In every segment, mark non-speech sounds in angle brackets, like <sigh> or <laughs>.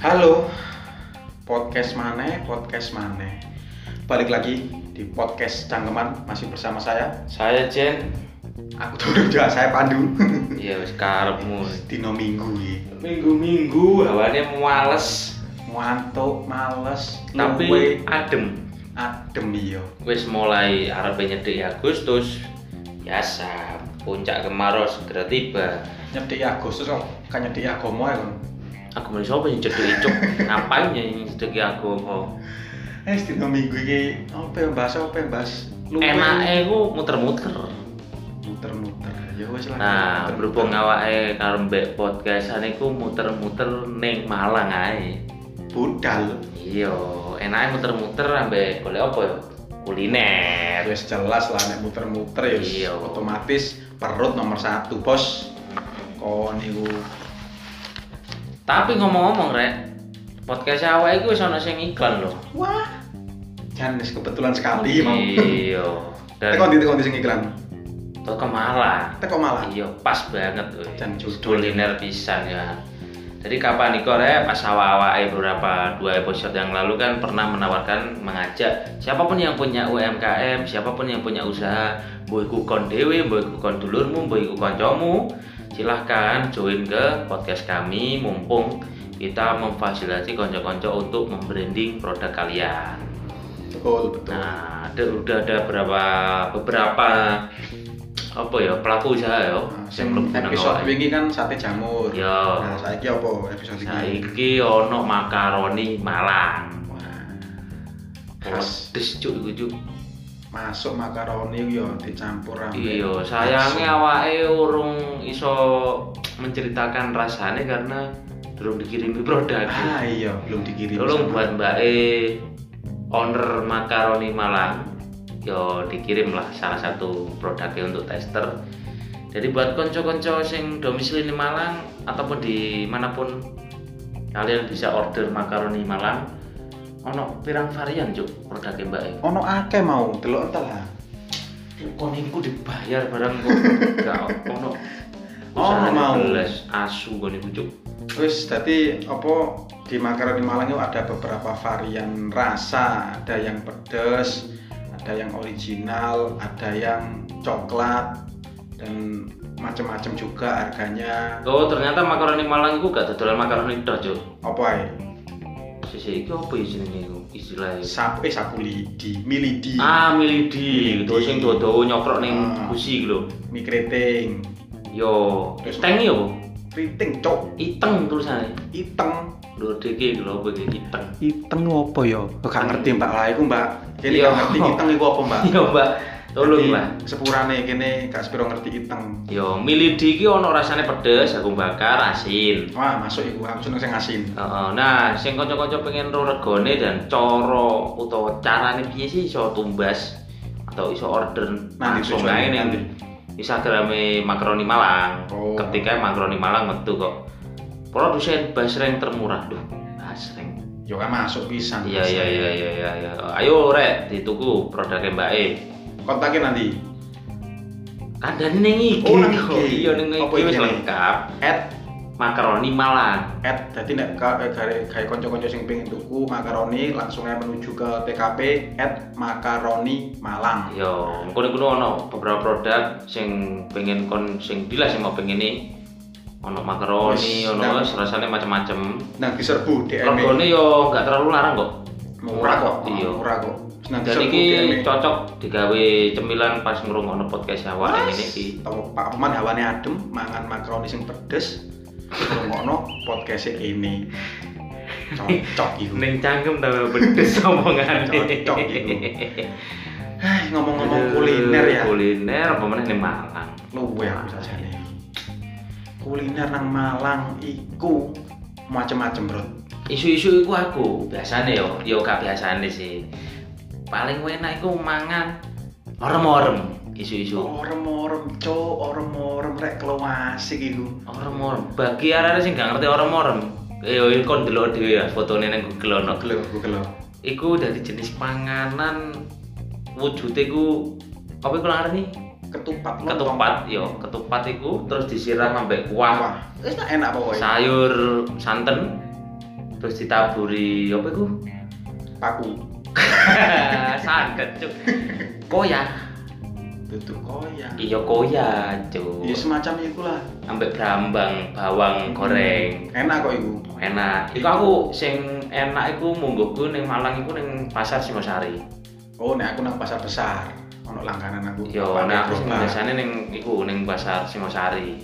Halo, podcast mana? Podcast mana? Balik lagi di podcast Cangkeman masih bersama saya. Saya Jen. Aku Dodo juga, saya Pandu. Iya wis karepmu. <laughs> Dino Minggu iki. Minggu-minggu hawane muales, Ngantuk, males, luwe, tapi adem. adem iya. Wis mulai arep nyedik Agustus. Biasa, puncak kemarau segera tiba. Nyedeki Agustus kok kan nyedeki agama ya kon. Aku mau sapa yang cedek icuk? Ngapain ya yang cedek agama? Eh, Dino Minggu iki apa yang bahas apa yang bahas? Enake ku muter-muter. muter-muter. Ya wis lah. Nah, muter-muter. berhubung awake karo mbek podcastan iku muter-muter ning Malang ae. budal. Iya, enake muter-muter ambek golek apa ya? Kuliner. Eh, Wis jelas lah nek muter-muter ya wis Iya. otomatis perut nomor satu bos. Kon iku Tapi ngomong-ngomong rek, podcast awal itu sono sing iklan loh. wah jan wis kebetulan sekali mau. Iya. Teko Dan ndi teko ndi sing iklan. toko Malang. Teko malah. Iya, pas banget tuh. Dan judul. Kuliner pisan ya. Jadi kapan nih rek? Pas awal-awal beberapa dua episode yang lalu kan pernah menawarkan mengajak siapapun yang punya UMKM, siapapun yang punya usaha, mbok iku kon dhewe, mbok iku kon dulurmu, mbok iku kancamu, silahkan join ke podcast kami mumpung kita memfasilitasi konco-konco untuk membranding produk kalian. Betul betul. Nah, ada udah ada beberapa beberapa apa ya pelaku usaha ya Nah, sing sing mlebu nang episode awake. wingi kan sate jamur. Ya, Nah, saiki apa episode iki? saiki ono makaroni Malang. Wah. Khas Pedes cuk iku cuk. masuk makaroni yo dicampur ambek. Iya, sayangnya awake urung iso menceritakan rasane karena belum dikirimi <laughs> produk. Ah iya, belum dikirim. sama- Tolong buat Mbak E owner makaroni Malang. Yo dikirim lah salah satu produknya untuk tester. Jadi buat konco-konco sing domisili di Malang ataupun di manapun kalian bisa order makaroni Malang. Ono pirang varian cuk produknya Mbak E. Ono akeh mau, delok entar lah. Kon ini ku dibayar barang kok <laughs> Oh, gak ono. Ono Usahane mau. belas asu kon iku cuk. Terus tadi apa di makaroni Malang itu ada beberapa varian rasa, ada yang pedas, ada yang original, ada yang coklat dan macam-macam juga harganya. Oh ternyata makaroni Malang iku gak dodolan makaroni tok cuk. Apa ya? Sisi iki apa ya jenenge iku ya. istilahnya? Sapu eh sapu lidi, milidi, Ah, Milidi. milidi, itu sing dodo nyokrok ning Ah. gusi iki lho. mie keriting, Yo, Terus- iteng yo, keriting cok, iteng tulisane. iteng. Lho deke iki lho apa iki iteng. <laughs> Iteng apa ya? Gak ngerti Mbak lah iku Mbak. Kene Iya. gak ngerti iteng iku apa Mbak? Yo, Mbak, tolong Jadi, lah. Sepurane kene gak sepiro ngerti iteng. Yo, milidi iki ono rasane pedes, jagung bakar, asin. Wah, masuk iku aku seneng sing asin. Heeh. Nah, sing kanca-kanca pengen ro regone dan cara utawa carane piye sih iso tumbas atau iso order Nanti langsung tujuannya, ae nanti. ning Instagrame Makaroni Malang. Oh. Ketika Makaroni Malang metu kok produsen basreng termurah. Duh, basreng Yo kan masuk pisang. Iya iya iya iya iya iya. Ayo rek dituku produknya Mbak E. Kontakin nanti. Kandane ning IG. Oh, nang kok. IG. Iya ning IG Apa wis IG-ne? lengkap. At Makaroni Malang. at jadi nek ka- eh, gare gawe kanca-kanca sing pengen tuku makaroni langsung aja menuju ke TKP at makaroni Malang. Yo, ngono-ngono ono beberapa produk sing pengen kon sing bila sing mau pengen ini ono Wis, makaroni, ono nang- wis rasane macam-macam. Nang diserbu DM. -e. Regane yo nggak terlalu larang kok. Murah kok. Iya. Murah kok. Nang Dan diserbu E. DM. iki cocok digawe cemilan pas ngrungokno podcast awak yang ini iki. Tahu Pak Oman hawane adem, mangan makaroni sing pedes. Ngono podcast <laughs> ini. Cocok iku. Ning cangkem tambah pedes <laughs> omongane. Cocok iku. Hai, ngomong-ngomong kuliner ya. Kuliner apa meneh ning Malang. luwe aku sajane kuliner nang Malang iku macem-macem bro Isu-isu iku aku biasane yo, yo gak biasane sih. Paling enak iku mangan orem-orem isu-isu. orem-orem cok orem-orem rek kelawasik iku Orem-orem. Bagi arek sing gak ngerti orem-orem, eh, yo kon delok dhewe ya fotone nang Google ono. gelo gelo Iku dari jenis panganan wujude iku apa iku ngarani? ketupat lontong. Ketupat yo, ketupat iku terus disiram ambek kuah. wah wis tak enak pokoknya sayur santen terus ditaburi apa iku? <laughs> paku Sandet cuk. Koya, tutup koyak iya koya cuk. ya semacam ikulah Ambek brambang, Mm-hmm. bawang goreng. enak kok iku Enak. Iku aku sing enak iku mungguhku ning Malang iku ning Pasar Singosari. oh nek aku nang pasar besar ono langganan aku Yo, Apa, nah aku sing gerobak. biasane ning iku ning Pasar Singosari.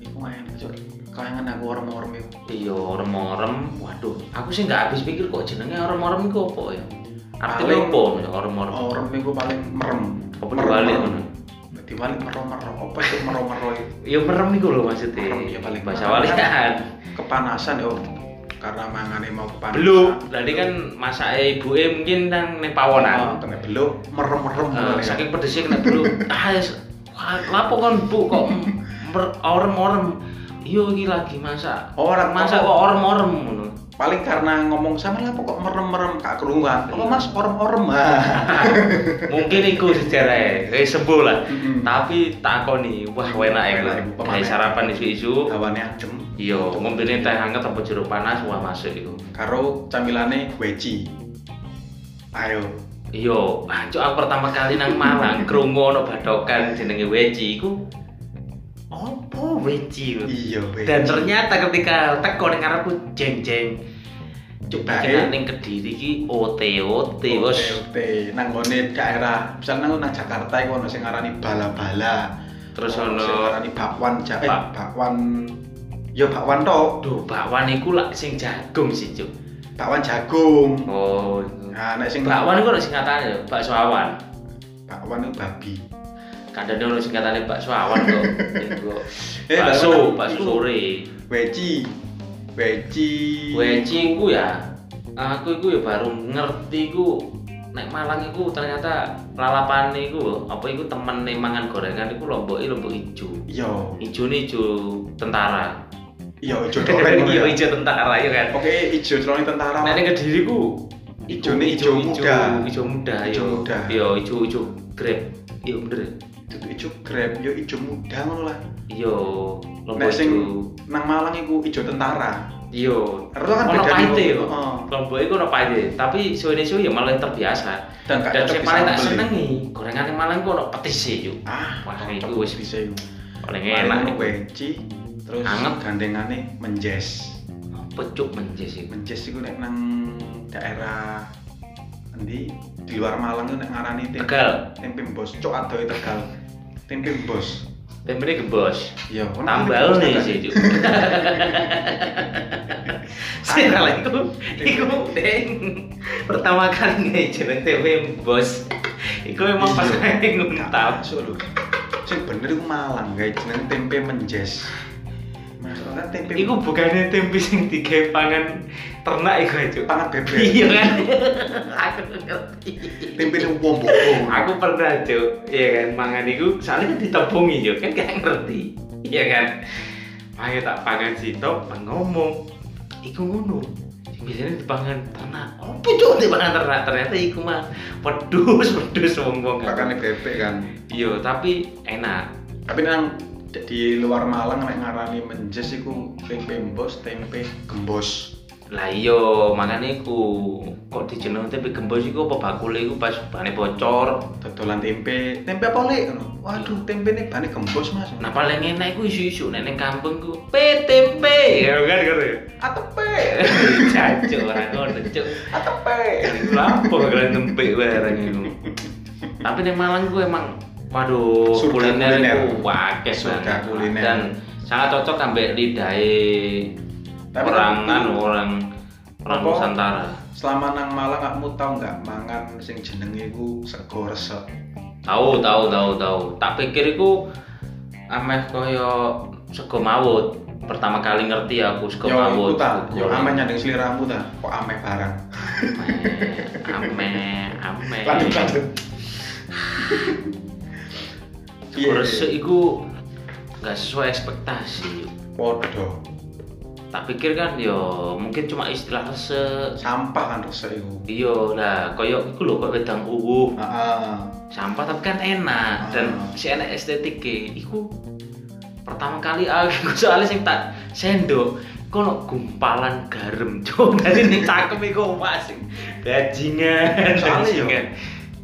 iku enak cok kayangan aku orang-orang iku Iya, orem-orem. Waduh, aku sih nggak habis pikir kok jenenge orem-orem iku apa ya? Artinya Paling- apa ya orem-orem? orang iku paling merem Apa Merem, dibalik merem. ngono? diwalik mero-mero apa itu mero-mero itu? Ya merem iku lho maksudnya. Merem, ya paling Bahasa merem. walian. kepanasan ya Om. karena mangane mau kepanasan Belum. Tadi kan masake ibuke mungkin nang ning oh, pawonan. kena beluk merem-merem Eh, kali ya. saking pedesnya kena belum. Ah, ya, wah, lapo kon Bu kok mer- orem-orem. Iya iki lagi masak. orang Masak kok orem-orem ngono. paling karena ngomong sama lah pokok merem-merem kak kerungan apa Iya. mas <laughs> orem-orem ah Mungkin iku sejarah. Eh sembuh lah. Mm-mm. Tapi takoni, wah enak ya. Hmm. Enak, Ibu. Kayak sarapan isu-isu. hawane adem Iya, ngombene teh hangat apa jeruk panas wah masuk iku. karo camilane weci ayo Iya, anjuk aku pertama kali nang Malang krungu ono badokan jenenge weci iku. Apa weci? iku? iya weci Dan ternyata ketika teko ning karepku jeng jeng. Coba Bae. kita ning Kediri iki OTOT, Bos. Nah, iya. Ote, nang ngone daerah misalnya nang nang Jakarta iku ono sing ngarani bala-bala Terus Ono Oh, sing ono ngarani bakwan ja eh, Bak- bakwan ya bakwan tok Duh, bakwan iku lak sing jagung sih, Cuk. bakwan jagung Oh. nah nek sing Bakwan iku ono singkatane lho, bakso awan. bakwan itu babi Kadang ono singkatane bakso awan <laughs> kok. Iku. Eh, bakso. Bakso, bakso sore. weci weci Weci ku ya, aku iku ya baru ngerti ku nek Malang iku ternyata lalapan iku lho, apa iku temen mangan gorengan iku lomboke lombok ijo. yo Ijo nih ijo tentara. yo ijo <laughs> doreng Iya ngono ya. ijo tentara ya kan. oke ijo celoni tentara Nek ning Kediri ku Ijone ijo muda. Ijo muda. Ijo yo. muda. Yo ijo ijo grab. Yo bener. ya? Dudu ijo grab yo ijo muda ngono lah Yo lombok Nek sing- ijo. nang Malang iku ijo tentara Yo Terus kan Ono beda pahite nih, yo. heeh. Lombok iku ono pahite, tapi suwene-suwe ya malah terbiasa. dan gak Dan cocok sing di paling tak sambel ya. senengi, gorengan yang malang kok ono petis sih yuk. ah Wah, cocok iku wis- bisa iku Paling Paling enak. weci terus Anget. gandengane menjes Pecuk menjes iku. menjes iku nek nang daerah endi di luar Malang iku nek ngarani tempe Tegal. tempe bos cok adoe tegal tempe bos Tempene gembos. iya ono Tambal tempe nih bos sih <laughs> yuk. Sing salah iku, iku deng. Pertama kali nih jeneng TV bos. Iku emang pas Iya. kae Gak nguntap. masuk lho sing bener iku Malang guys jeneng tempe menjes maksudnya tempe Iku bukannya tempe sing digawe pangan ternak iku aja. pangan bebek Iya kan? <laughs> Aku ngerti. tempe sing wong <laughs> bokong aku pernah cuk iya kan mangan itu soalnya kan ditepungin cuk kan gak ngerti iya kan ayo tak pangan sitok bang ngomong iku ngono Yang biasanya dipangan ternak apa cuk dipangan ternak ternyata iku mah pedus pedus wong wong pakane bebek kan iya tapi enak tapi nang di luar Malang nek ngarani menjes iku tempe bos tempe gembos lah iyo mangan iku kok dijeneng tapi gembos iku apa bakule iku pas bane bocor dodolan tempe tempe apa lek waduh tempe ini bane gembos mas nah paling enak iku isu-isu nek ning kampungku PTP ya kan ngerti atepe <laughs> Cacuk orang ngono, cuk. atepe Lapo kalian ngempik barang itu. Tapi di Malang gue emang waduh Surga kuliner kuliner. itu wakil Surga banget. kuliner. Dan sangat cocok ambek lidahe Tapi orang tapi- kan orang orang Apa? Nusantara. selama nang Malang kamu tau nggak mangan sing jenenge iku sego resep Tahu tahu tahu tahu. Tak pikir iku ameh koyo sego mawut. Pertama kali ngerti aku sego yo Ya, iku mawut. ta yo Goreng. ameh nyandeng seliramu ta kok ameh barang Ameh, ameh, lanjut ameh. lanjut Iya, Sego resik iku nggak sesuai ekspektasi. podo Tak pikir kan yo mungkin cuma istilah resik. sampah kan resep iku Iya lah, koyo iku lho kok wedang uwuh. heeh Sampah tapi kan enak dan Ah. si e, enak <laughs> estetik iku pertama kali aku soalnya sing tak sendok kono gumpalan garam <laughs> cuk jadi ini cakep iku Pak sing Soalnya bajingan yo. bajingan.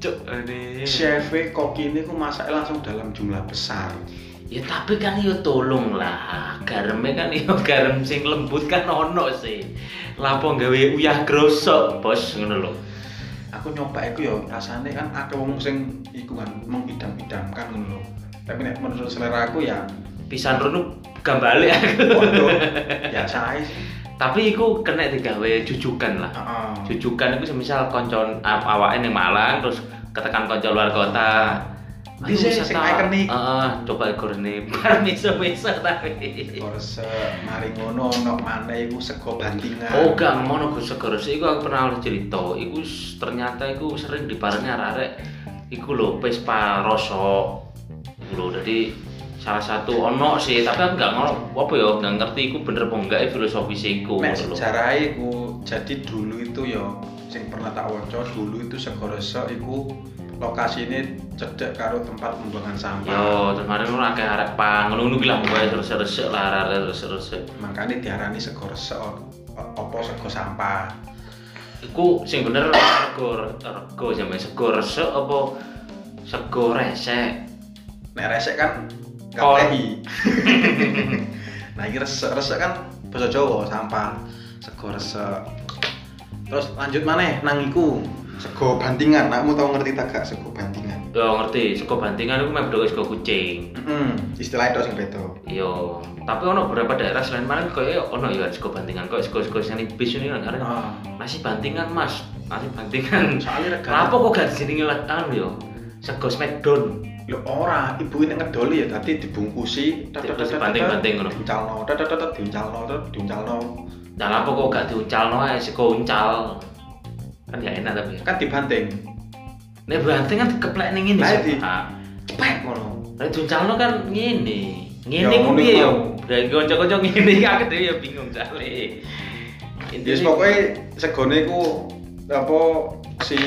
cuk ini chef Eh, koki ini ku masak langsung dalam jumlah besar ya tapi kan yo tolong lah garamnya kan yo <laughs> garam sing lembut kan ono sih lapo gawe uyah grosok bos ngono lho aku nyoba itu ya rasanya kan ada wong sing iku kan mengidam-idamkan ngono lho. tapi nek menurut selera aku ya pisan rono gambale aku bodoh ya saya <laughs> tapi iku kena digawe jujukan lah heeh jujukan itu semisal koncon a- awake ning Malang terus ketekan konco luar kota Di sini sing ikonik. Heeh, coba gorene <laughs> bar meso-meso tapi Korse, mari ngono nok mana iku sego bantingan Oh gak ngono Gus Segoro sih iku aku pernah oleh cerita iku s- ternyata iku sering diparani arek-arek iku lho Vespa rosok iku lho jadi salah satu ono sih tapi aku gak ngono apa ya gak ngerti iku bener apa enggak ya filosofis iku Mek ngono lho. sejarah iku jadi dulu itu ya sing pernah tak waca dulu itu sego resek iku lokasine cedek karo tempat pembuangan sampah Yo, terus kemarin ora akeh arek pang ngono kuwi lah pokoke resik-resik lah arek resik-resik. makanya diarani sego resek apa sego sampah Iku sing bener rego rego sampe sego resik apa sego resek. nek resek kan gak Kol. tehi. <laughs> nah ini resek resek kan bahasa Jawa sampah sego resek terus lanjut maneh nang iku sego bantingan kamu tau ngerti tak gak sego bantingan Yo ngerti, sego bantingan iku meh sego kucing. mm, istilah itu sing beda Yo, tapi ono beberapa daerah selain Malang kaya ono ya sego bantingan kok sego-sego sing ning bis ini kan karena Ah, nasi bantingan Mas, nasi bantingan. soalnya regane Kenapa kok gak dijenengi letan yo? Sego smackdown. ya ora ibu ini ngedoli ya tadi dibungkusi Dibungkusi banting-banting ngono. diuncalno dadadat diuncalno terus diuncalno Nah, kenapa kok gak diuncalno ae sego uncal? Kan gak enak tapi. kan dibanting Nek bantingan dikeplek ning ngene. Lah, Sop. di- Ah. cepet ngono Nek diuncalno kan ngene. Ngene Ya, ku ngene piye yo? mau. Dari kanca-kanca ngene iki aku dhewe yo bingung cale. Yes, pokoknya segone ku apa si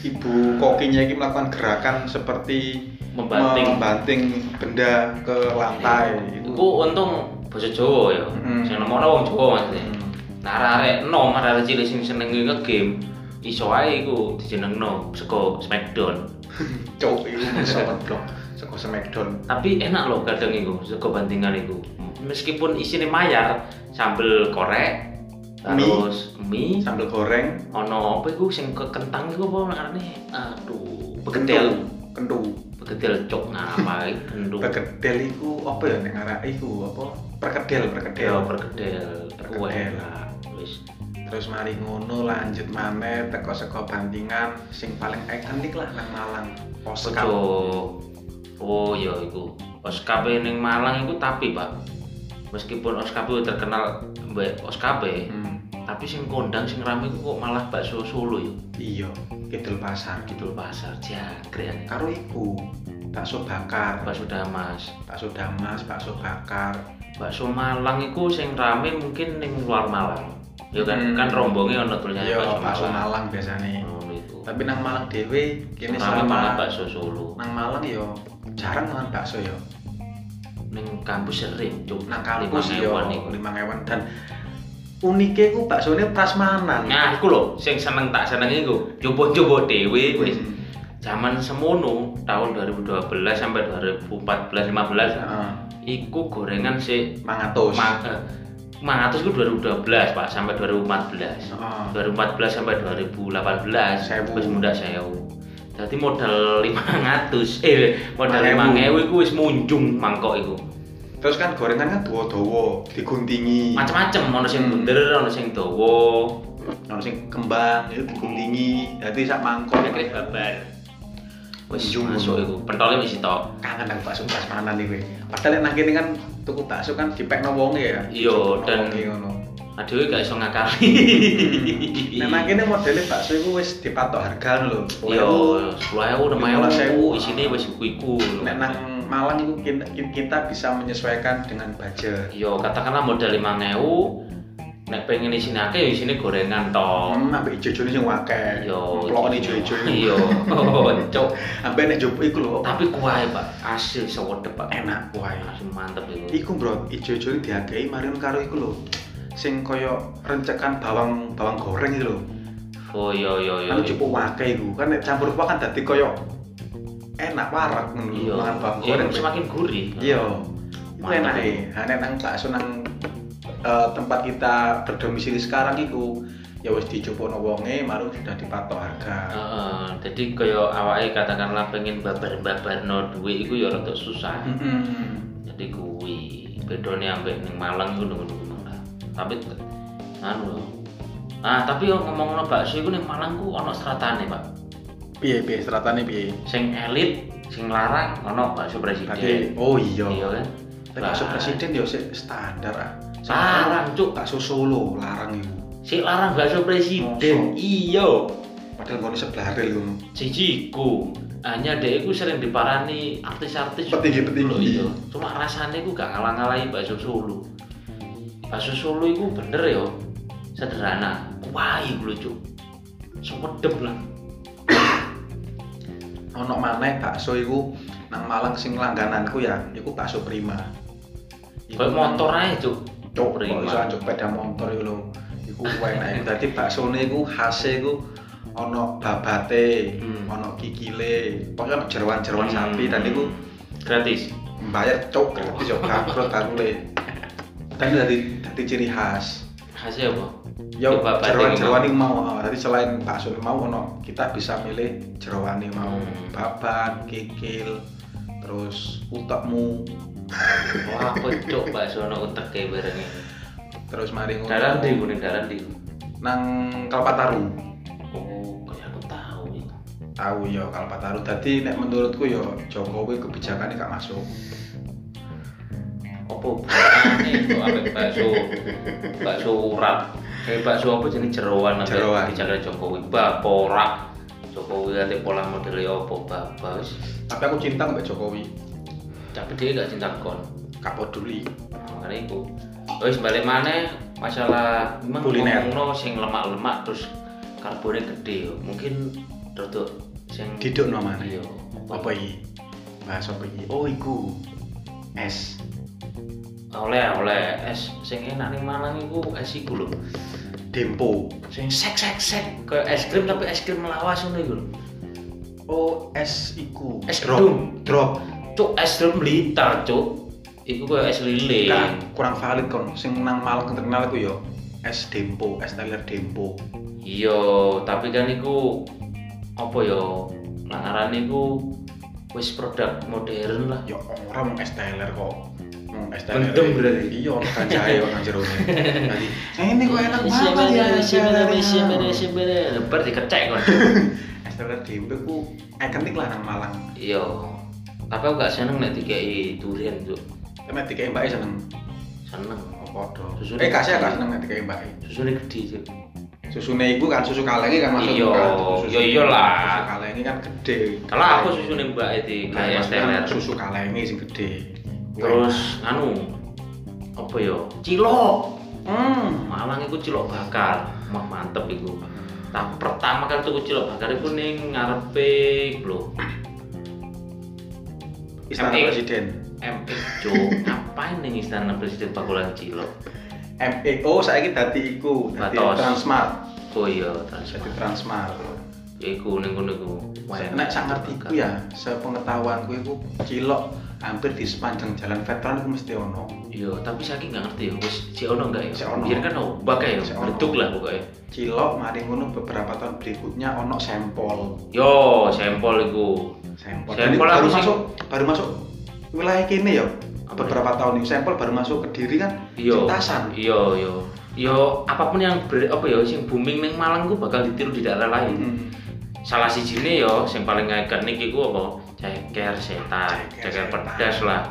ibu kokinya ini melakukan gerakan seperti membanting membanting benda ke lantai itu. Iku untung bahasa Jawa ya. Mm. Sing nemokno wong Jawa maksudnya. Nah, arek nom, arek cilik sing seneng nge-game, iso ae iku dijenengno saka Smackdown. Cok, itu pesawat blok. Seko Smackdown. Tapi enak loh kadang iku saka bantingan iku. Meskipun isine mayar, sambel korek, Mie. terus mie, Sambal goreng, ono apa iku sing ke- kentang iku apa ngarane? Aduh, begetel, kendu. begetel cok nah apa iki kendung. Perkedel iku apa ya nek ngarak iku apa? Perkedel, perkedel. Ya, perkedel, Perkedel. Wah, enak. Wis Terus mari ngono lanjut maneh teko seko bantingan sing paling ikonik lah nang Malang. Pos Ojo. Oh ya iku. OSKP ning Malang iku tapi, Pak. Meskipun OSKP terkenal mbek OSKP, Hmm, tapi sing kondang sing rame iku kok malah bakso Solo ya, iya, Kidul Pasar. Kidul Pasar jangkrik. karo ibu bakso bakar Bakso Damas. bakso damas bakso bakar Bakso Malang iku sing rame mungkin ning luar Malang. Ya kan Hmm. kan rombongnya ono tulisannya iya bakso, bakso Malang. malang biasanya Ngono iku. tapi nang malang dewe Sing kini rame malah selama bakso Solo. nang malang yo jarang makan bakso yo Ning kampus sering, Cuk. nang kampus Limang yo ewan iku. lima ewan dan uniknya ku baksonya prasmanan Nah, iku lho sing seneng tak senengi iku. Coba-coba dhewe wis Hmm. zaman semono tahun 2012 sampai 2014 15 Heeh, iku gorengan sih mangatos ma eh, mangatus iku 2012 Pak sampai 2014 Heeh. 2014 sampai Ah. 2018 Sewu. wis mundak sewu jadi modal 500 eh modal 5000. 5000 iku wis munjung mangkok iku terus kan gorengan kan dawa-dawa diguntingi macam-macam ono sing Hmm. bunder ono sing dawa ono sing kembang itu diguntingi dadi sak mangkok kira babar wis Munjung. masuk iku pentolnya wis tok kangen nang bakso prasmanan iki. Padahal nek nang kene kan tuku bakso kan dipekno wonge ya. Iya, Dipekno dan- wonge ngono. aduh gak iso Nek ngakali nang kene modele bakso iku wis dipatok harga lho. Iya, sepuluh ewu, enam ewu, Sepuluh ewu. di sini wes iku iku. Nek nang Malang iku kin- kin- kita bisa menyesuaikan dengan budget. Iya, katakanlah modal lima ewu, nek pengen isinake ya isine gorengan to. Hmm, ambek ijo-ijone sing akeh. Yo. Plokone ijo-ijo. iku. <laughs> Iya. Cok. Ambek nek jopo iku lho. Tapi kuahe, Pak. Asil sewedep, Pak. Enak wae. Asil mantep itu. Iku bro, ijo-ijone diakei marion karo iku lho. Sing kaya rencekan bawang bawang goreng itu lho. Oh, iya iya iya. Anu cukup wakai iku. Kan nek campur kuah kan dadi kaya enak warek ngono lho, Iya. mangan bawang Iya, goreng. semakin gurih. Iya. Itu Mantap, enak e. Ha nek nang bakso nang eh, tempat kita berdomisili sekarang iku ya wis dijupukno wonge maru sudah dipatok harga. Heeh, jadi kaya awake katakanlah pengen babar-babarno duit iku ya rada susah. Mm-mm. Jadi kuwi bedone ambek ning Malang iku ngono-ngono lah. Tapi t- anu lho. Ah, tapi yo ngomongno bakso iku ning Malang ku ana stratane, Pak. Piye piye seratane piye? Sing elit, sing larang ana bakso presiden. Tapi oh iya. Iya kan? Tapi bakso presiden ya sik standar ah. Larang, Cuk. bakso Solo larang iku. Sik larang bakso presiden. Masa? Iya. Padahal kono sebelah rel ngono. jijiku hanya dia itu sering diparani artis-artis Petinggi-petinggi. Loh, iya. cuma rasanya itu gak ngalah-ngalahi bakso solo bakso solo itu bener ya sederhana wah itu lucu sewedep lah Ono maneh bakso iku nang Malang sing langgananku ya, iku bakso Prima. kayak motor aja cuk Cok, Prima. iso anjuk peda motor iku lho. Iku enak iku dadi baksone iku khase iku ono babate, Hmm. ono kikile, pokoknya jeroan-jeroan Hmm. sapi dan iku gratis bayar cok gratis yo bangkrut aku le. Dan dari dari ciri khas. hasil apa? Yo Coba batik jeroan-jeroan iku mau. oh. Tadi selain bakso iku mau ono kita bisa milih jeroan iku mau Hmm. babat, kikil, terus utekmu, wah apa cuk bakso ada utek kayak bareng ini terus mari ngono. dalam di gue dalam di nang Kalpataru. oh kayak aku tahu itu tahu ya kalau Pak Taru tadi nek menurutku ya Jokowi kebijakannya gak masuk apa hubungannya itu ambek bakso bakso urat eh bakso apa jenis jeroan ambek Jeroan. kebijakan Jokowi baporak Jokowi nanti pola modelnya apa babas tapi aku cinta nggak Jokowi tapi dia gak cinta kon gak peduli makanya itu terus balik mana masalah memang Kuliner. ngomongno sing lemak-lemak terus karbonnya gede yo. mungkin rodok sing Iya. diduk namanya yo apa ini? bahas apa ini? oh iku es oleh oleh es sing enak ning Malang iku es iku lho dempo sing sek sek sek kayak es krim tapi es krim melawas ngono iku lho oh es iku Es drop gedung. drop Cuk es drum liter, cuk. Iku koyo es Gak, lilin. Kan kurang valid kon sing nang malang terkenal iku ya es dempo es teler dempo Iya, tapi kan iku apa ya? Langaran iku wis produk modern lah. ya orang mau es teler kok mau es teler Mendem berarti. iya orang kan jahe orang jeruk jadi ini kok enak banget ya es teler. ya. Ber dikecek <laughs> kon. es teler dempe ku ikonik lah nang Malang. Iya. Tapi aku gak seneng nek dikei durian, cuk. Tapi nek dikei mbake seneng Seneng. padha. Susu- Eh kasih gak seneng nek dikei mbake. Susune gede, cuk. Susune iku kan susu kalenge kan masuk Iya, kan, susu- iya, iyalah. Susu kalenge kan gede. Kalau aku susune mbak itu Nah, kayak es maksudnya teler. susu kalenge sing gede. Terus anu apa ya? Cilok. hmm. Malang iku cilok bakar, mah mantep iku. Tapi pertama kali tuku cilok bakar iku ning ngarepe lho, Istana MI. Presiden. MX Jo. Ngapain ning istana presiden bakulan cilok? MEO E saiki dadi iku, dadi Batos. Transmart, Oh iya, dadi transfer. Transmart. Ya iku ning kono iku. Wah, Nek sak ngertiku ya, sepengetahuanku iku cilok hampir di sepanjang jalan veteran iku mesti ono. Iya, tapi saking nggak ngerti ya, wis si ono nggak ya? Si ono. Biar kan obak ya, Si ono. meletuk lah pokoknya. cilok mari ngono beberapa tahun berikutnya ono sampel Yo, sampel iku. sampel, Dan Sampel ini aku baru sih. masuk baru masuk wilayah kini ya Apa beberapa tahun ini sampel baru masuk ke diri kan Iya. Cetasan. Iya, iya. Yo, apapun yang ber, apa ya sing booming ning Malang ku bakal ditiru di daerah lain. Hmm. salah si jine yo sing paling ikonik iku apa ceker setan Ceker ceker setan. pedas lah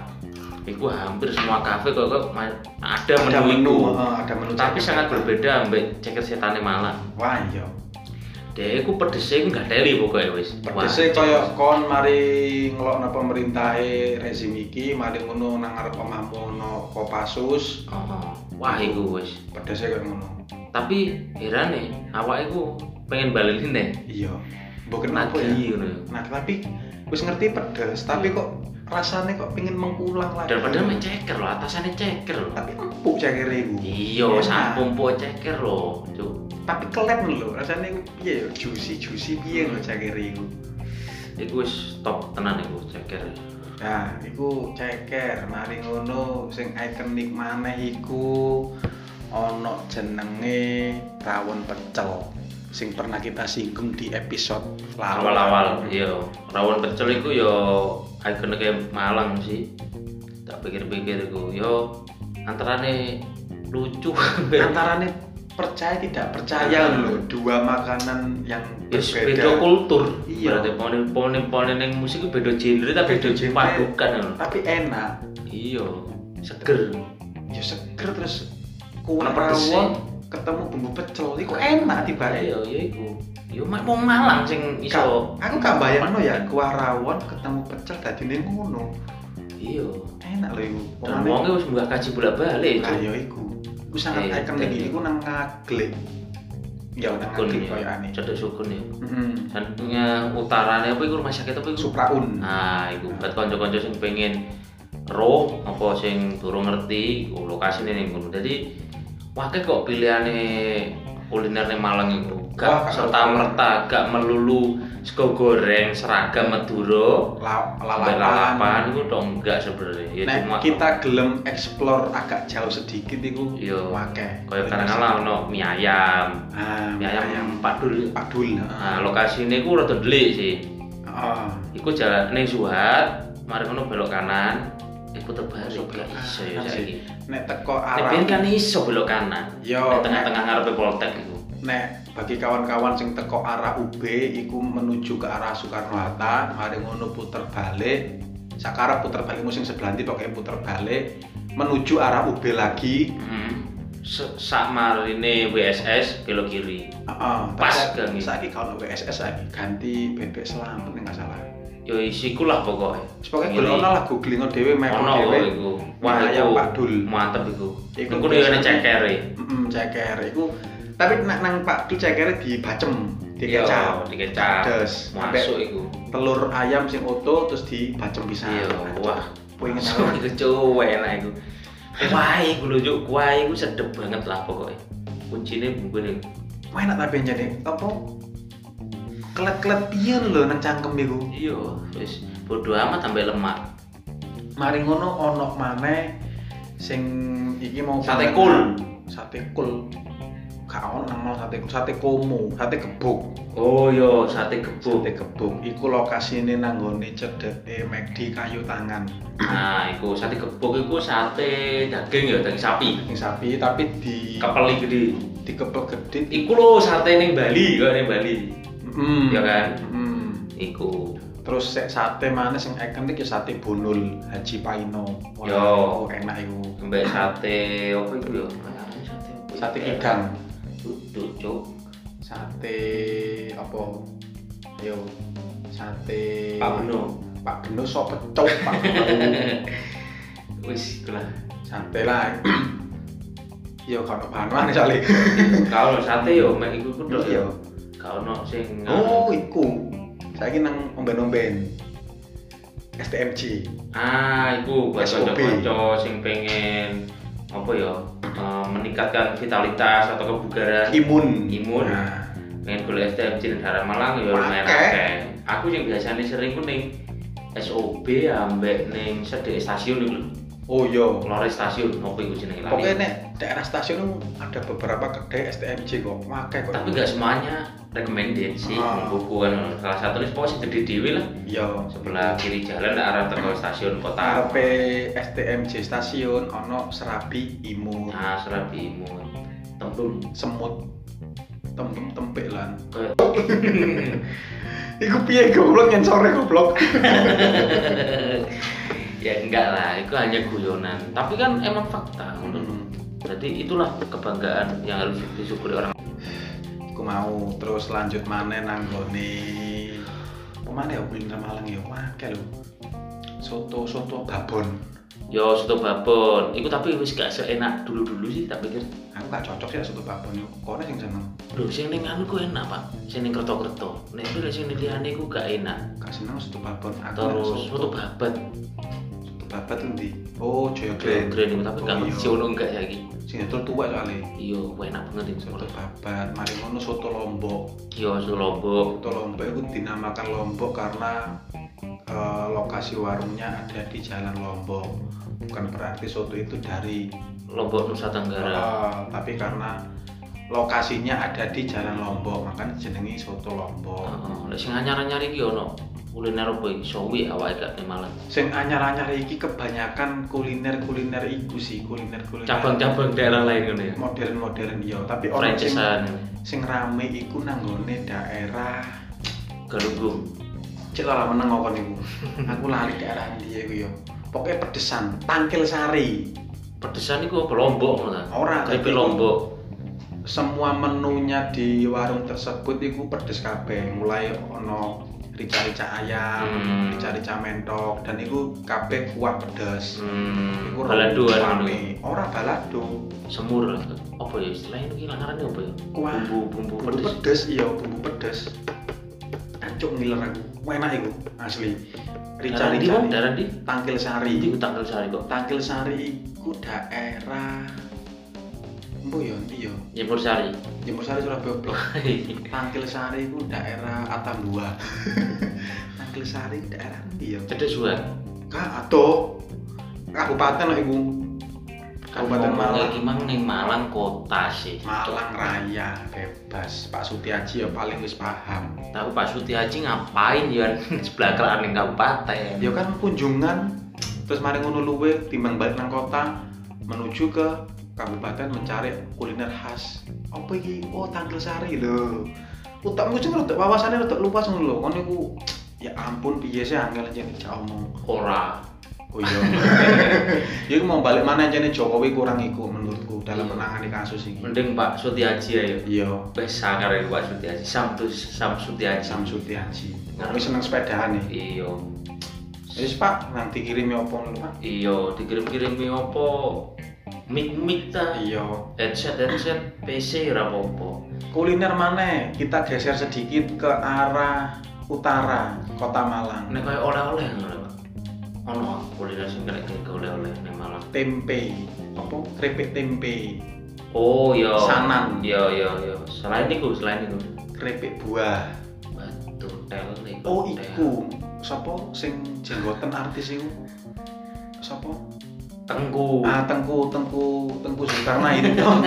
iku hampir semua kafe kok, kok ma- ada, ada menu menu, iku eh, ada menu tapi ceker sangat setan. berbeda ambek ceker setane Malang wah iya dia iku pedesnya iku gak teli pokoknya wis pedese kaya kon mari ngelokno pemerintahe rezim iki mari ngono nang ngarep omahmu ono Kopassus oh, wah iku wis pedasnya kayak ngono tapi heran nih awak iku pengen balenin deh iya bukan kenapa ya nagih ngono nah tapi wis ngerti pedes tapi kok rasanya kok pengen mengulang lagi dan padahal main ceker loh atasannya ceker loh tapi empuk cakere iku iya Enak. sampung po ceker loh cuk tapi kelem lho rasanya iku piye ya juicy juicy piye lho cakere iku iku wis top tenan iku ceker nah iku ceker mari ngono sing ikonik maneh iku ana jenenge rawon pecel sing pernah kita singgung di episode lalu. awal-awal iya rawon pecel iku yo ikon kayak Malang sih tak pikir-pikir iku yo antarane lucu antarane percaya tidak percaya lho dua makanan yang Yes, Iya. beda kultur Iya. berarti ponen ponen ponen yang musik itu beda genre tapi Beda beda genre. padukan lho. tapi enak iya seger ya seger terus kuah Kenapa pedesnya? rawon ketemu bumbu pecel itu enak tiba iya iya iku yo mak wong Malang sing iso aku gak bayangno ya kuah rawon ketemu pecel tadi ini ngono iya enak loh iku dan wongnya wis mbak kaji bolak balik nah ya iku iku sangat Eh, ikonik jadi- iku nang ngaglek ya nang sukun ngaglek ya koyo ane cedek sukun ya Heeh. sandunya utarane apa iku rumah sakit apa iku supraun Nah, iku buat kanca-kanca sing pengen roh apa sing durung ngerti iku lokasine ning kono. Dadi wakil kok pilihane kuliner ning Malang iku Wah, gak serta merta gak melulu sego goreng seragam Madura la- sampai lalapan lalapan iku dong enggak sebenarnya. Ya Nek cuma kita gelem explore agak jauh sedikit iku Iya. wakeh. kaya kadang-kadang ono mie ayam, Ah, mie ayam yang padul. padul. heeh. Nah, lokasine iku rada delik sih. Ah. Iku jalan ning Suhat, mari ngono belok kanan, iku terbalik gak iso ya kanan sih. saiki. nek teko Nek arah biyen kan iso belok kanan. yo Nek tengah-tengah ngarepe Poltek iku. nek bagi kawan-kawan sing teko arah UB iku menuju ke arah Soekarno Hatta mari ngono puter balik sakara puter balik musim sebelah nanti pokoknya puter balik menuju arah UB lagi Mm-hmm. Se- Sak marine WSS belok kiri. Heeh, Pas tapi kan, nih. saiki kalau WSS lagi ganti bebek selamat nggak salah Yo isiku lah pokoke. Sepokoknya gue ono lah googling dhewe mepo Ono kok dhewe iku. Wah, wah iku ayam Pak Dul mantep iku. Iku Iku kudu ana biasanya- cekere. Mm, ceker iku tapi nek nang Pak Dul cekere dibacem dikecap Yo, dikecap. pedes sampai Masuk iku. telur ayam sing oto terus dibacem pisan. Nah, Iya, wah. Pengen Masuk iku cuwe enak iku. Wah, iku lho Cuk. Wah, iku sedep banget lah pokoke. Kuncine bumbu Wah enak tapi jadi apa? Kelet-kelet piye lho nang cangkem iku. Iya, wis bodo amat sampai lemak. Mari ngono ono maneh sing iki mau Sate beneran. kul. Sate kul. Gak ono nang mall sate kul, sate komo, sate gebuk. Oh yo, sate gebuk. Sate gebuk iku lokasine nang gone cedeke McD kayu tangan. Nah, iku sate gebuk iku sate daging ya, daging sapi. Daging sapi tapi di Kepeli gede. dikepel gede. Iku lho sate ning Bali, kok ning Bali. Mm. Iya kan? Mm. Iku. Terus sek sate mana sing ikonik ya sate Bonul Haji Paino. Wah, Yo. iku enak iku. Sampai sate apa iku yo? Sate apa? Sate kidang, Duduk, Cuk. sate apa? Yo sate Pak Beno. Pak Beno sok pecok Pak Beno. <laughs> Wis itulah. sate lah. <clears throat> Yo kalau bahan nih sale. Kalau sate yo mek iku kudu ya. Iya. yo. Gak ono sing Oh, iku. Saiki nang omben-omben. STMJ. Ah, iku buat SOP. kanca-kanca sing pengen apa ya? eh, meningkatkan vitalitas atau kebugaran Imun. Imun. Nah, pengen golek STMJ dan Haram Malang ya lumayan Akeh. akeh. Aku yang biasanya sering ku ning SOB ambek ning sedek stasiun iku lho. Oh yo. Lore stasiun opo iku jenenge lali. Pokoknya nek daerah stasiun itu ada beberapa kedai STMJ kok. Makai kok. Tapi gak semuanya recommended sih Ah. buku kan salah satu nih pokoknya gede dewi lah Yo. sebelah kiri jalan lah arah tengah stasiun kota Arepe STMJ stasiun ono serabi imur nah serabi imun tembung semut tempem tempek <laughs> lan Kayak- iku piye goblok yang sore goblok ya enggak lah itu hanya guyonan tapi kan emang fakta jadi itulah kebanggaan yang harus disyukuri orang aku mau terus lanjut mana nanggone kemana ya kuliner Malang ya wah lho soto soto babon yo soto babon iku tapi wis gak seenak dulu-dulu sih tak pikir aku gak cocok sih soto babon itu kono sing seneng lho sing ning anu ku enak pak sing ning kerto-kerto nek iki lek sing ning liyane ku gak enak gak seneng soto babon aku terus soto babat soto babat endi oh joyo keren glen keren tapi gak Oh, ngerti iya. ono enggak ya iki sing itu tua soalnya iya enak banget iki soto babat mari ngono soto lombok yo soto lombok soto lombok itu dinamakan lombok karena eh, lokasi warungnya ada di jalan lombok bukan berarti soto itu dari lombok Nusa Tenggara Eh, tapi karena lokasinya ada di Jalan Lombok, makanya jenengi soto Lombok. Heeh, lek sing anyar-anyar iki ono kuliner apa iki sowi awake gak ning Malang Sing anyar-anyar iki kebanyakan kuliner-kuliner iku sih, kuliner-kuliner cabang-cabang daerah lain ngono ya modern-modern iya, tapi orang sing, franchisean sing rame iku nanggone daerah galunggung Cek lah meneng kok <laughs> niku. Aku lali daerah ndi iku ya. Pokoknya pedesan, tangkil sari. pedesan iku apa lombok ngono ta Ora tapi Keripik lombok semua menunya di warung tersebut itu pedes kabeh mulai ono rica-rica ayam Hmm. rica-rica mentok dan itu kabeh kuah pedes hmm, Iku baladuan ngono rame. ora balado semur apa ya istilahnya itu kira ngarane apa ya kuah bumbu bumbu bumbu pedes pedes iya bumbu pedes ancuk ngiler aku enak itu asli Daerah ndi, rica-rica Bang? daerah di tangkil sari di tanggal sari kok tangkil sari iku daerah Mbo yo ndi yo jemur sari <laughs> Jemur Sari Surabaya Blok Tangkil Sari itu daerah <laughs> Atambua. Tangkil Sari daerah ndi ya? cedek suan Kak ato. Kabupaten lho iku. Kabupaten Malang. iki mang ning Malang kota sih Malang Raya bebas. Pak Sutiaji ya paling wis paham. tapi Pak Sutiaji ngapain ya <laughs> sebelah kelaan ning kabupaten Ya kan kunjungan terus mari ngono luwe timbang balik nang kota menuju ke kabupaten mencari kuliner khas. Apa iki? Oh, Tangkil Sari lho. Utakmu sing rodok wawasane rodok luas ngono lho. Ngono iku ya ampun piye sih angel jeneng dijak omong. ora Oh iya. ya iku mau balik mana aja nih Jokowi kurang iku menurutku dalam menangani kasus ini. mending Pak Sutiaji ayo Iya, wis sakare Pak Sutiaji Samtus Sam Sutiaji Sam Sutiaji. Tapi seneng sepedaan nih. iya Wis Pak, nanti kirimi opo lho Pak? iya dikirim-kirimi apa mic-mic ta Iya. headset headset PC ora apa-apa Kuliner mana? Kita geser sedikit ke arah utara kota Malang. nek kaya oleh-oleh ngono Pak ono kuliner sing kena kayak oleh-oleh ning Malang Tempe. Apa? Keripik tempe. oh iya Sanan. iya iya iya selain iku selain iku Keripik buah. batu tel nih Oh Tel. iku. Sopo sing jenggoten artis iku? Sopo? tengku Ah tengku tengku tengku Zulkarnain <laughs> itu dong.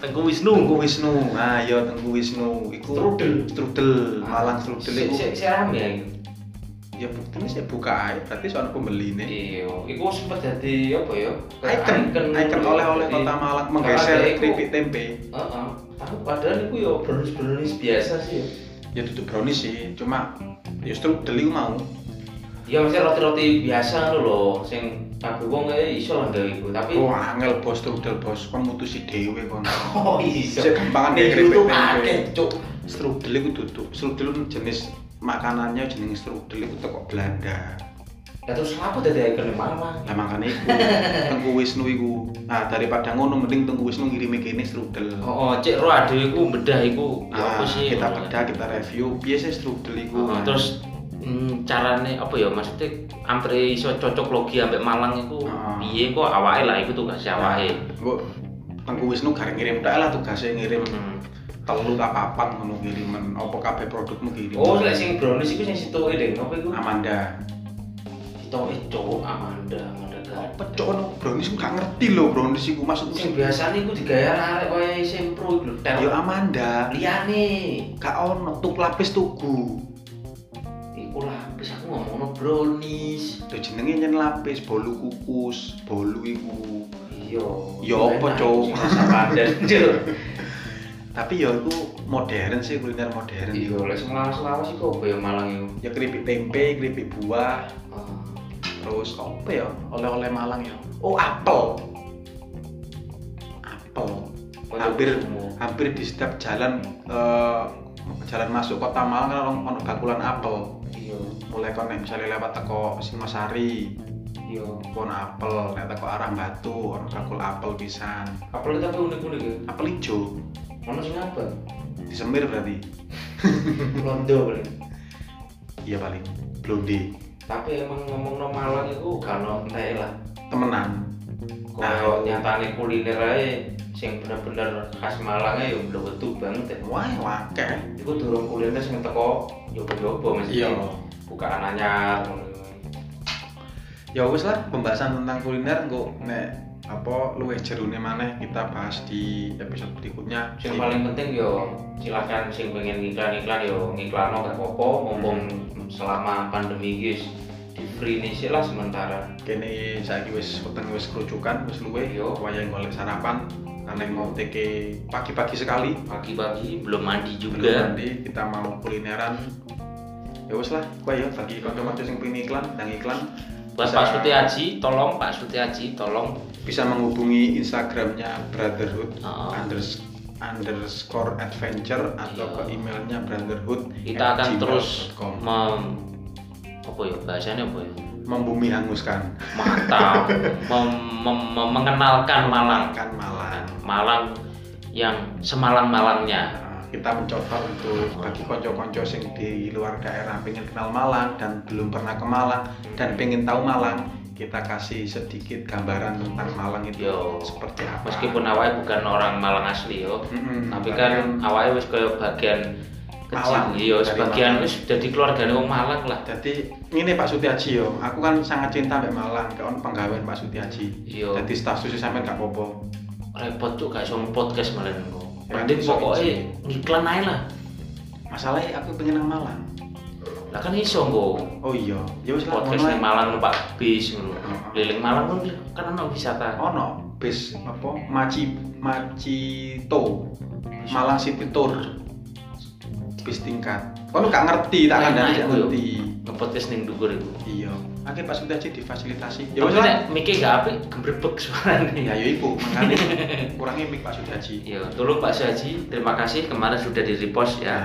tengku Wisnu Tengku Wisnu. Ah iya Tengku Wisnu. Iku Strudel. strudel Malang strudel Sik- iku. sik- sik rame ya iku Ya buktine sik buka ae berarti soal pembeline. Iya, iku sempat jadi apa ya? Icon, icon oleh-oleh kota Malang menggeser keripik tempe. Heeh. Tapi padahal iku ya brownies-brownies biasa sih. Ya ya. duduk brownies sih, cuma ya strudel iku mau. Ya maksudnya roti-roti biasa lho lho, sing tapi wong kayak iso lah gawe iku. Tapi Oh angel bos strudel bos, kon mutusi dhewe kon. oh <laughs> iso. Sik gampangan Nek dhewe Iya, itu keripik akeh, tempe. cuk. Strudel iku duduk, strudel itu jenis makanannya jenenge strudel iku teko Belanda. Ya terus apa dadi ikon Malang? Lah makane <laughs> iku Tengku Wisnu iku. Nah, daripada ngono mending Tengku Wisnu ngirimi kene strudel. Oh, cek ro adewe iku bedah iku ya Nah, apa sih? kita ngono kan. bedah, kita review. Piye sih strudel iku? Heeh, Nah, Terus mm, carane apa ya maksudnya ampre iso cocok logi ambek Malang iku Heeh. piye kok awake lah iku tugas awake. Mbok Tengku Wisnu gak ngirim tok lah tugasnya ngirim Hmm. telu ta papat ngono kirimen. Apa kabeh produkmu kirim? Oh, lek sing brownies iku sing sitoke deh, apa iku? Amanda. Sitoke cowok Amanda, Amanda Garden. Apa cok ono brownies iku gak ngerti lho brownies iku maksudku. Sing biasane iku digaya arek kaya sing pro iku lho, Yo tel. Amanda, Liyane. gak ono tuk lapis tugu. Iku lapis aku ngomongno brownies. Itu jenenge nyen lapis, bolu kukus, bolu iku. Iya. Ya apa, Enak, Cuk? sing Rasa <laughs> pandan, Cuk. Tapi ya iku modern sih kuliner modern. Iya, lek sing lawas-lawas iku apa ya Malang iku? ya keripik tempe, keripik buah, Ah, terus apa ya? Oleh-oleh Malang ya. Oh, apel. Apel. kaya Hampir- semua. Hampir di setiap jalan eh, jalan masuk kota Malang kan ono ono bakulan apel. Iya. Mulai kon nek misalnya lewat teko Singosari, iya pon apel nek teko arah batu ono bakul apel pisan apel tapi unik-unik ya apel ijo ono sing apa disemir berarti londo paling iya paling blonde tapi emang ngomong no Malang itu gak ono entek lah temenan kalau nyatane kuliner ae sing bener-bener khas Malangnya ya udah betul banget ya wah wakeh itu dorong kuliner sing teko nyoba-nyoba mesti bukaan anyar ngono. ya wis lah pembahasan tentang kuliner engko nek apa luwih jerune maneh kita bahas di episode berikutnya yang paling penting yo silahkan sing pengen ngiklan iklan yo ngiklan gak apa-apa mumpung selama pandemi guys di free nih sih lah sementara kene saiki wis weteng wis kerucukan wis luwih Yo. wayang golek sarapan karena mau teke pagi-pagi sekali pagi-pagi belum mandi belum nanti kita mau kulineran ya wis lah kowe ya bagi kanca-kanca sing pengen iklan nang iklan buat bisa- Hmm. Pak Suti Haji tolong Pak Suti Haji tolong bisa menghubungi instagramnya brotherhood Oh. unders- underscore adventure atau Iya. ke emailnya brotherhood kita akan terus mem apa ya bahasanya apa ya membumi hanguskan <laughs> mantap Mem- mem- mem- mengenalkan Malang akan malang Malang yang semalang-malangnya Nah, kita mencoba untuk bagi konco-konco sing di luar daerah pengen kenal Malang dan belum pernah ke Malang dan pengen tahu Malang kita kasih sedikit gambaran tentang Malang itu Yo. seperti apa meskipun awalnya bukan orang Malang asli yo Mm-mm, tapi kan awalnya wis kayak bagian kecil Malang, iya dari sebagian Malang. wis jadi keluarga wong Malang lah jadi ini Pak Sutiaji yo aku kan sangat cinta mbak Malang kawan penggawean Pak Sutiaji iya jadi staff susi sampean gak popo repot tuh gak iso podcast malah engko Ya, mending iso pokoknya ngiklan aja lah masalahnya aku pengen nang Malang lah kan iso engko oh iya ya wis lah podcast ngono ning ae. Malang numpak bis ngono Heeh. keliling Malang pun kan ana wisata ono bis apa maci macito Malang City Tour bis tingkat kalau gak ngerti tak Enak kandani gak iku yo. ngerti nge-podcast ning dhuwur iku iya akhirnya pas udah aja difasilitasi ya Ya wis tapi lah nek mikir gak apik gembrebek ya suarane. yo iku <laughs> makane kurangi mik Pak Sudaji Ya, tolong Pak Suhaji, terima kasih kemarin sudah di repost ya. ya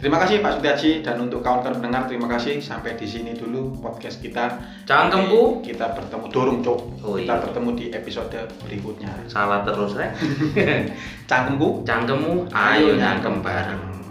terima kasih Pak Sudaji dan untuk kawan-kawan pendengar terima kasih sampai di sini dulu podcast kita Cangkemku Nanti kita bertemu dorong cok Oh, kita iya. bertemu di episode berikutnya salah terus eh. rek. cangkemku Cangkemmu ayo nyangkem bareng.